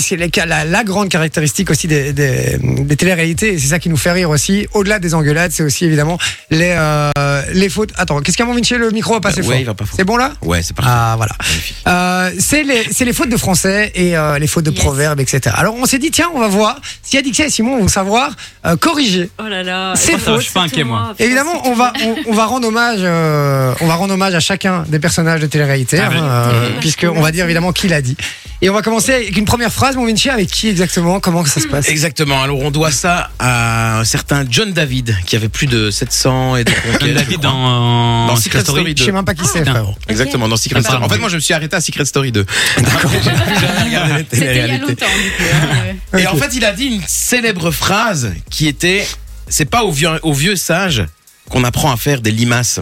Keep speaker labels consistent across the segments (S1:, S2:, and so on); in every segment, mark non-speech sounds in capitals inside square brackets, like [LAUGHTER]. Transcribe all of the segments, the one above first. S1: c'est les cas- la, la grande caractéristique aussi des, des, des téléréalités, et c'est ça qui nous fait rire aussi. Au-delà des engueulades, c'est aussi évidemment les, euh, les fautes. Attends, qu'est-ce qu'il y a, mon Vinci Le micro va passer
S2: Euh,
S1: fort.
S2: ouais, il va pas fort.
S1: C'est bon là
S2: Ouais, c'est parti.
S1: Ah, voilà.
S2: Magnifique.
S1: Euh, c'est les, c'est les fautes de français et euh, les fautes de
S3: Yes.
S1: proverbes, etc. Alors on s'est dit, tiens, on va voir si Adixia et Simon vont savoir euh, corriger.
S3: Oh là là.
S1: C'est
S3: Écoute,
S1: faux.
S4: Je suis pas inquiet, moi.
S3: putain,
S1: Évidemment,
S3: c'est
S1: on va, on, on va rendre hommage, euh, on va rendre hommage à chacun des personnages de télé-réalité,
S4: Ah oui.
S1: hein, euh,
S3: Mmh.
S1: puisque on va dire évidemment qui l'a dit. Et on va commencer avec une première phrase, mon Vinci, avec qui exactement, comment que ça se passe
S2: Ah, Exactement. Alors, on doit ça à un certain John David, qui avait plus de 700 et de conquêtes, je
S4: Comme David
S2: crois.
S4: dans,
S2: Dans
S4: dans
S2: Secret
S4: Secret Story.
S2: Story.
S1: Je sais même pas qui c'est,
S4: putain.
S1: frérot.
S2: Exactement, dans Secret
S4: Ah,
S2: Story.
S4: pardon.
S2: En fait, moi, je me suis arrêté à Secret Story 2. [LAUGHS]
S3: C'était il y a longtemps, du coup. hein, ouais.
S2: Et
S1: Ok.
S2: en fait, il a dit une célèbre phrase qui était C'est pas aux vieux, aux vieux sages qu'on apprend à faire des limaces.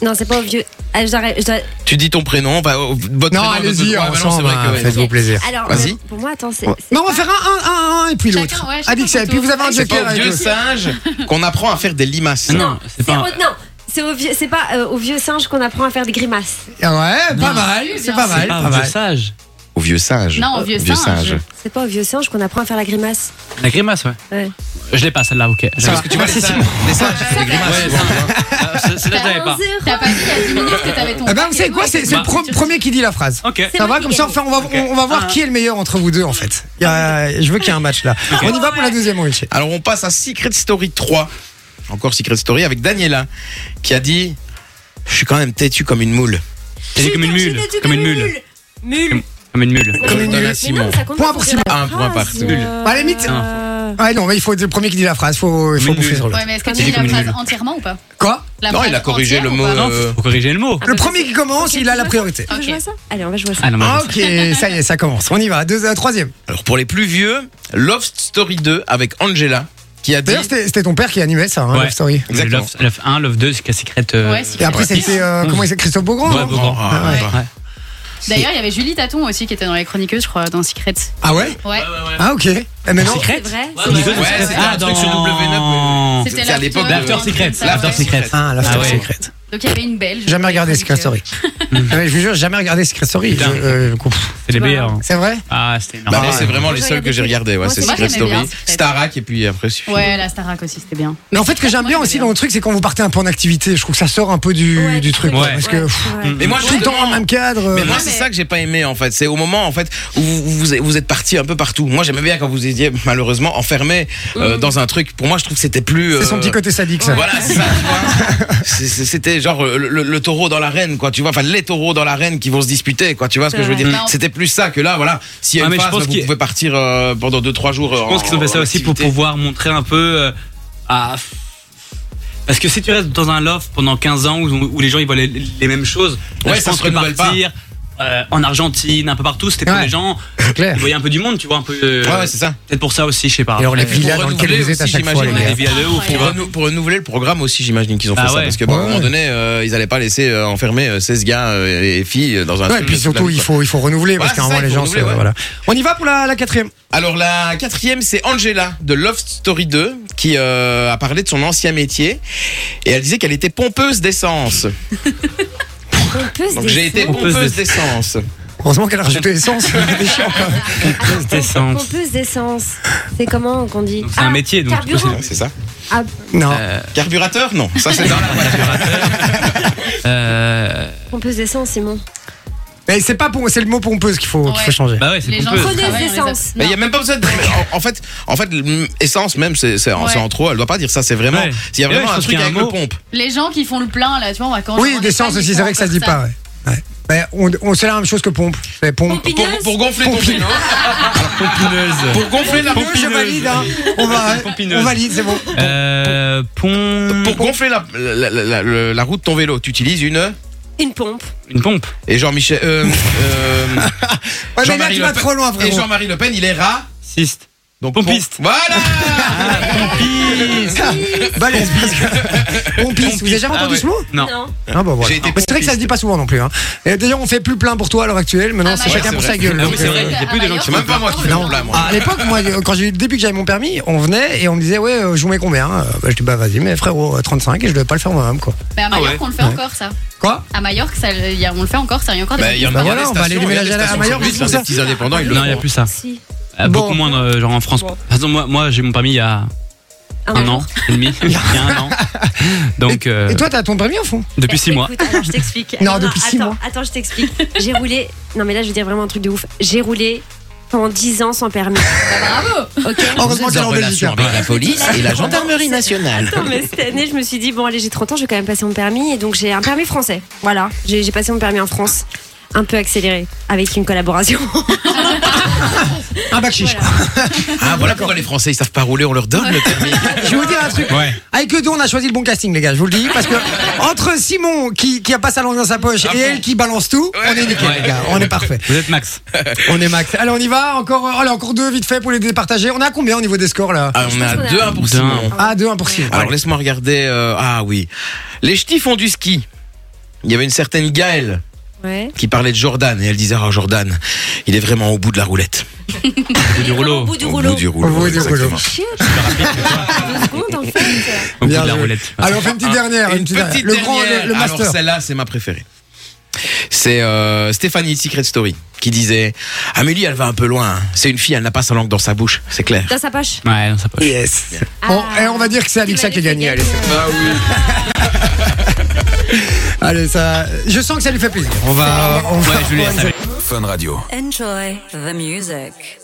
S5: Non, c'est pas au vieux. Ah, j'arrête- je dois-
S2: Tu dis ton prénom, va, votre
S1: Non,
S2: prénom, votre-
S1: allez-y,
S2: Ouais, bah non, c'est
S1: ensemble,
S2: vrai que,
S1: hein,
S2: ouais.
S1: faites-vous plaisir.
S5: Alors,
S2: Vas-y.
S5: euh, pour moi, attends, c'est. c'est
S1: Mais on va
S5: pas-
S1: faire un, un, un, un et puis
S3: Chacun,
S1: l'autre.
S3: ouais, chacun
S1: Adixia, et
S3: son
S1: puis vous
S3: tour.
S1: avez un
S2: C'est pas
S1: joker
S2: aux
S1: avec
S2: vieux
S1: vous.
S2: sages qu'on apprend à faire des limaces.
S4: Non, c'est
S5: c'est
S4: pas.
S5: au- Non, c'est au vieux, c'est pas euh, au vieux singe qu'on apprend à faire des grimaces.
S1: Ah Ouais, pas
S4: Non.
S1: mal, c'est
S3: Bien
S1: pas
S3: sûr.
S1: mal,
S4: C'est
S1: pas
S4: pas un
S1: mal.
S4: sage.
S2: Aux vieux sages.
S3: Non, au vieux singe.
S5: C'est pas au vieux singe qu'on apprend à faire la grimace.
S4: La grimace, ouais.
S5: Ouais.
S4: Je l'ai pas, celle-là, ok.
S1: Ça va.
S2: Parce que tu vois, les
S1: Merci,
S2: sages,
S1: Simon.
S2: les sages, ils font des grimaces.
S4: Ouais,
S2: souvent.
S4: ça- ça- Celle-là, je
S5: Bah,
S4: l'avais pas.
S3: T'as pas dit il y a 10 minutes que t'avais ton.
S1: Eh ben, vous savez quoi, c'est c'est le
S4: Bah.
S1: pro- premier qui dit la phrase.
S4: Ok.
S5: C'est
S1: Ça va
S5: moi qui
S1: comme ça,
S5: gagne.
S1: enfin, on va, on, on va voir
S4: Ah.
S1: qui est le meilleur entre vous deux en fait. Il y a- je veux qu'il y ait un match là. On y va pour la deuxième, mon Vinci.
S2: Alors on passe à Secret Story 3. Encore Secret Story avec Daniela qui a dit Je suis quand même têtu comme une moule.
S4: T'as dit comme une mule. Comme une mule.
S5: Mule.
S4: Comme une mule.
S2: Je
S1: une
S2: donne
S1: mule.
S2: à Simon.
S1: Point pour Simon.
S2: Un point par
S4: Mule.
S5: Euh,
S1: À la limite- Ah non, mais il faut le premier qui dit la phrase, faut, il faut
S4: Mille.
S1: bouffer sur l'autre.
S3: Ouais, mais est-ce que tu
S4: C'est
S3: dis la
S4: comme une
S3: phrase
S4: mule.
S3: entièrement ou pas
S1: Quoi
S3: La
S2: Non,
S3: phrase
S2: il a corrigé
S3: entière
S2: le
S3: ou
S2: mot.
S3: pas
S4: Non,
S2: euh,
S4: faut corriger le mot.
S1: Le premier qui commence, il a la priorité.
S5: On
S3: Ok.
S5: joue à ça Allez, on va jouer à ça.
S4: Ah non, mais.
S1: Ah, ok, ça y est, ça commence. On y va. Deux, euh, troisième.
S2: Alors pour les plus vieux, Love Story 2 avec Angela qui a dit
S1: D'ailleurs, c'était c'était ton père qui animait ça, hein,
S4: Ouais.
S1: Love Story.
S4: Le
S2: Exactement.
S4: Love, Love 1, Love 2, c'est la Secret. euh,
S3: Ouais, Secret.
S1: Et après,
S4: Ouais.
S1: c'était euh, comment il s'appelle Christophe Beaugrand.
S4: Ouais,
S1: non
S4: Beaugrand.
S2: Ah,
S1: ouais.
S4: Ouais.
S3: D'ailleurs, il y avait Julie Taton aussi qui était dans les chroniqueuses, je crois, dans Secret.
S1: Ah ouais
S3: Ouais.
S1: Ah ok. Eh, Mais non.
S5: C'est vrai
S4: C'est les deux
S2: Ouais,
S4: Secret.
S2: c'était
S4: Ah,
S2: un truc sur
S4: dans-
S2: W9,
S3: C'était
S2: C'est à l'époque
S3: l'after-
S2: de-
S4: L'After Secret.
S3: Ouais.
S4: L'After Secret.
S1: Ah, la
S4: Ah ouais.
S1: secrète.
S3: Donc il y avait une belge.
S1: Jamais regardé Secret
S3: [LAUGHS]
S1: Story. Ouais, Je vous jure, jamais regardé Secret Story.
S4: Putain.
S1: Je- euh, ouf.
S4: C'est les meilleurs. hein.
S1: C'est vrai
S4: Ah, c'était énorme.
S2: Bah,
S1: Ah,
S2: moi, c'est
S1: ouais.
S2: vraiment les
S5: Moi,
S2: seuls que j'ai regardés. Ouais,
S5: moi,
S2: c'est
S5: c'est- moi,
S2: Secret
S3: j'aimais
S2: Story,
S3: bien Secret.
S2: Starak et puis après c'est fini.
S3: Ouais, la Starac aussi, c'était bien.
S1: Mais en fait, ce que j'aime bien aussi dans le truc, c'est quand vous partez un peu en activité, je trouve que ça sort un peu du,
S5: Ouais,
S1: du truc.
S4: ouais.
S1: quoi, Parce que pff,
S5: Ouais.
S2: Mais moi
S1: tout le temps dans
S2: justement,
S1: le même cadre. euh,
S2: Mais moi,
S3: Ouais,
S2: c'est
S3: mais-
S2: ça que j'ai pas aimé en fait. C'est au moment en fait où vous, vous, vous êtes parti un peu partout. Moi, j'aimais bien quand vous étiez malheureusement enfermé euh, dans un truc. Pour moi, je trouve que c'était plus.
S1: C'est son
S2: euh,
S1: petit côté sadique, ça.
S2: Voilà, c'est ça. tu vois. C'est- c'est- C'était genre euh, le, le- le taureau dans l'arène, quoi. Tu vois, enfin les taureaux dans l'arène qui vont se disputer, quoi. Tu vois ce que je veux dire
S3: Ouais. Non.
S2: C'était plus ça que là, voilà. S'il y a
S4: Ah,
S2: une
S4: mais je
S2: phase,
S4: pense
S2: vous
S4: qu'il-
S2: pouvez partir euh, pendant 2-3 jours.
S1: Oh,
S4: Je pense qu'ils ont fait ça aussi pour pouvoir montrer un peu euh, à. Parce que si tu restes dans un loft pendant 15 ans où, où les gens ils voient les, les mêmes choses, là,
S2: Ouais,
S4: je
S2: ça
S4: pense
S2: se
S4: que
S2: renouvelle pas.
S4: partir euh, en Argentine, un peu partout, c'était pour
S1: Ouais.
S4: les gens,
S1: C'est clair.
S4: ils voyaient un peu du monde, tu vois, un peu. euh,
S2: Ouais, ouais, c'est ça.
S4: Peut-être pour ça aussi, je sais pas.
S1: Et alors les
S2: Pour
S1: villas dans lesquelles
S2: renouveler
S1: vous êtes à
S2: aussi,
S1: chaque fois, les
S2: j'imagine,
S1: gars.
S4: des villas de ouf,
S3: Ouais.
S2: Pour, renou- pour renouveler le programme aussi, j'imagine qu'ils ont fait
S4: Ah
S2: ça.
S4: ouais.
S2: Parce que, bon, à un
S1: Ouais.
S2: moment donné, euh, ils allaient pas laisser euh, enfermer euh, 16 gars euh, et filles euh, dans un
S1: Ouais, et
S2: truc
S1: puis
S2: toute la
S1: surtout,
S2: vie,
S1: il
S2: quoi.
S1: faut, il faut renouveler parce
S2: Voilà,
S1: qu'à un
S2: c'est
S1: moment,
S2: ça,
S1: les
S2: il faut
S1: gens se.
S2: renouveler, ouais.
S1: Voilà. On y va pour la, la quatrième.
S2: Alors la quatrième, c'est Angela de Love Story 2 qui euh, a parlé de son ancien métier et elle disait qu'elle était pompeuse d'essence.
S5: On peut se
S2: Donc j'ai été
S4: Pompeuse
S2: pompeuse d'essence.
S1: Heureusement qu'elle a rajouté [LAUGHS] l'essence. c'était chiant, quand même.
S5: pompeuse
S4: d'essence.
S5: Ah, Pompeuse d'essence. C'est comment qu'on dit Ah,
S4: Donc, c'est un métier, donc, du coup,
S5: Carburant.
S2: Ouais, C'est ça.
S5: Ah,
S1: Non.
S2: Carburateur Non, ça c'est dans la
S4: Euh,
S5: pompeuse d'essence, Simon.
S1: Mais c'est pas pour, c'est le mot pompeuse qu'il faut, qu'il faut
S3: Ouais.
S1: changer.
S4: Bah ouais, c'est
S3: Les gens
S4: pompeuse.
S3: Pompeuse
S5: Preneuse
S3: d'essence.
S5: d'essence.
S2: Mais il y a même pas besoin de. En, en fait, en fait, le- mm, essence même, c'est c'est en,
S3: Ouais.
S2: c'est en trop. Elle doit pas dire ça. C'est vraiment.
S4: Ouais.
S2: Il y a
S4: Et ouais,
S2: vraiment
S4: je
S2: un
S4: pense
S2: truc
S4: qu'il y a
S2: avec
S4: un
S2: le
S4: mot.
S2: pompe.
S3: Les gens qui font le plein, là, tu vois, on va quand
S1: Oui, d'essence aussi, c'est vrai que ça se dit pas. ouais. Ouais. Mais on, on- c'est la même chose que pompe. C'est pompe.
S2: Pour,
S5: Pompineuse.
S2: pour gonfler ton
S1: Pompineuse.
S2: vélo. Pour gonfler la.
S1: Pompineuse, je valide, hein. On va,
S4: Pompineuse.
S1: on valide, c'est bon.
S4: Euh, pom-
S2: Pour gonfler la, la, la- la- la- la roue de ton vélo, tu utilises une.
S5: Une pompe.
S4: Une pompe.
S2: Et Jean-Michel. euh, euh,
S1: [LAUGHS] Ouais, mais là,
S2: Jean-Marie
S1: tu
S2: Le
S1: vas
S2: Pen-
S1: trop loin,
S2: Et
S1: frérot.
S2: Jean-Marie Le Pen, il est rat.
S4: Ciste.
S2: Donc,
S4: Pompiste.
S2: pom- Voilà
S4: Ah, pompiste
S1: Balèze, parce [LAUGHS] que. Pompiste, vous avez jamais entendu
S4: Ah ouais.
S1: ce mot
S4: Non.
S5: Non.
S1: Ah bah voilà.
S2: J'ai été
S1: Mais c'est vrai que ça se dit pas souvent non plus. Hein. Et D'ailleurs, on fait plus plein pour toi à l'heure actuelle. Maintenant,
S3: Ah,
S1: c'est
S3: ouais,
S1: chacun
S2: c'est
S1: pour
S2: vrai.
S1: sa gueule.
S4: Ah oui,
S1: Donc,
S4: c'est
S1: euh,
S4: vrai, il y a plus de gens qui
S2: C'est même pas moi qui fais
S1: Non.
S2: le plat, moi.
S1: À l'époque, moi, euh, quand j'ai eu début que j'avais mon permis, on venait et on me disait, ouais, euh, je vous mets combien Euh, bah, Je dis, bah vas-y, mais frérot, euh, 35 et je devais pas le faire moi-même, quoi.
S3: Mais à Majorque,
S4: ouais.
S3: on le fait
S1: Ouais.
S3: encore, ça.
S1: Quoi
S3: À Majorque, ça, il y a- on le fait encore, ça. Il y a encore des.
S2: Bah, il y en
S1: Bah
S2: a il y a
S1: voilà,
S2: des
S1: on va aller
S2: stations, il y a des
S1: déménager à la
S2: stations
S1: Maillot,
S2: service,
S1: c'est pour
S2: là,
S1: ça.
S2: des petits indépendants, ils le
S4: Non, il n'y a
S2: font.
S4: plus ça.
S5: Si.
S4: Euh,
S1: Bon.
S4: Beaucoup moins, euh, genre en France. De toute façon, moi, moi, j'ai mon permis il y a
S5: Ah,
S4: un
S5: non.
S4: an et demi. Il y a un an. Donc, euh,
S1: Et toi, t'as ton permis au fond
S4: depuis six mois.
S5: Écoute, alors je t'explique.
S1: [LAUGHS] Non, depuis six
S5: attends,
S1: mois.
S5: Attends, je t'explique. J'ai roulé. Non, mais là, je veux dire vraiment un truc de ouf. J'ai roulé pendant 10 ans sans
S4: [LAUGHS]
S5: permis.
S3: Bravo
S5: Ok
S1: Heureusement qu'elle est en Belgique. hein.
S2: la police
S5: et la
S2: gendarmerie nationale.
S5: Attends, mais cette année, je me suis dit, bon, allez, j'ai 30 ans, je vais quand même passer mon permis. Et donc, j'ai un permis français. Voilà. J'ai j'ai passé mon permis en France. Un peu accéléré. Avec une collaboration.
S1: Un bac chiche.
S2: Ah, voilà pourquoi les Français, ils savent pas rouler, on leur donne le permis.
S1: [LAUGHS] Je vais vous dire un truc.
S4: Ouais.
S1: Avec eux deux, on a choisi le bon casting, les gars, je vous le dis. Parce que entre Simon, qui, qui a pas sa langue dans sa poche,
S2: Ah
S1: et
S2: bon
S1: elle qui balance tout, on est nickel,
S4: Ouais.
S1: les gars. On est parfait.
S4: Vous êtes Max.
S1: On est max. Allez, on y va. Encore, euh, allez, encore deux, vite fait, pour les départager. On a combien au niveau des scores, là
S2: [LAUGHS] Ah, on
S5: pense
S2: a
S5: qu'on a-
S2: 2 1 pour
S4: D'un.
S2: Simon.
S1: Ah, deux, un pour Simon.
S2: Alors laisse-moi regarder. euh, ah oui. Les ch'tis font du ski. Il y avait une certaine Gaëlle
S5: Ouais.
S2: qui parlait de Jordan et elle disait Ah, Jordan, il est vraiment au bout de la roulette.
S4: Du
S5: Au
S4: rouleau.
S5: bout du
S2: au
S5: rouleau.
S2: bout du rouleau.
S1: Au bout du
S2: exactement.
S1: rouleau.
S5: Chier. Deux secondes, en fait.
S4: Au bout de
S1: Bien
S4: la
S1: joué.
S4: roulette.
S1: Allez, on fait une petite dernière.
S2: Et
S1: une
S2: une
S1: petite
S2: petite
S1: dernière. le grand,
S2: dernière.
S1: le, le master.
S2: Alors celle-là, c'est ma préférée. C'est euh, Stéphanie de Secret Story qui disait Amélie, elle va un peu loin. hein. C'est une fille, elle n'a pas sa langue dans sa bouche, c'est clair.
S5: Dans sa poche.
S4: Ouais, dans sa poche.
S1: Yes.
S5: Ah.
S1: Bon, et on va dire que c'est Alixa qui a gagné. Allez, c'est-
S2: Bah oui.
S1: Ah [LAUGHS] allez, ça. Je sens que ça lui fait plaisir. On va, on va.
S4: Ouais, je lui laisse.
S6: Enjoy the music.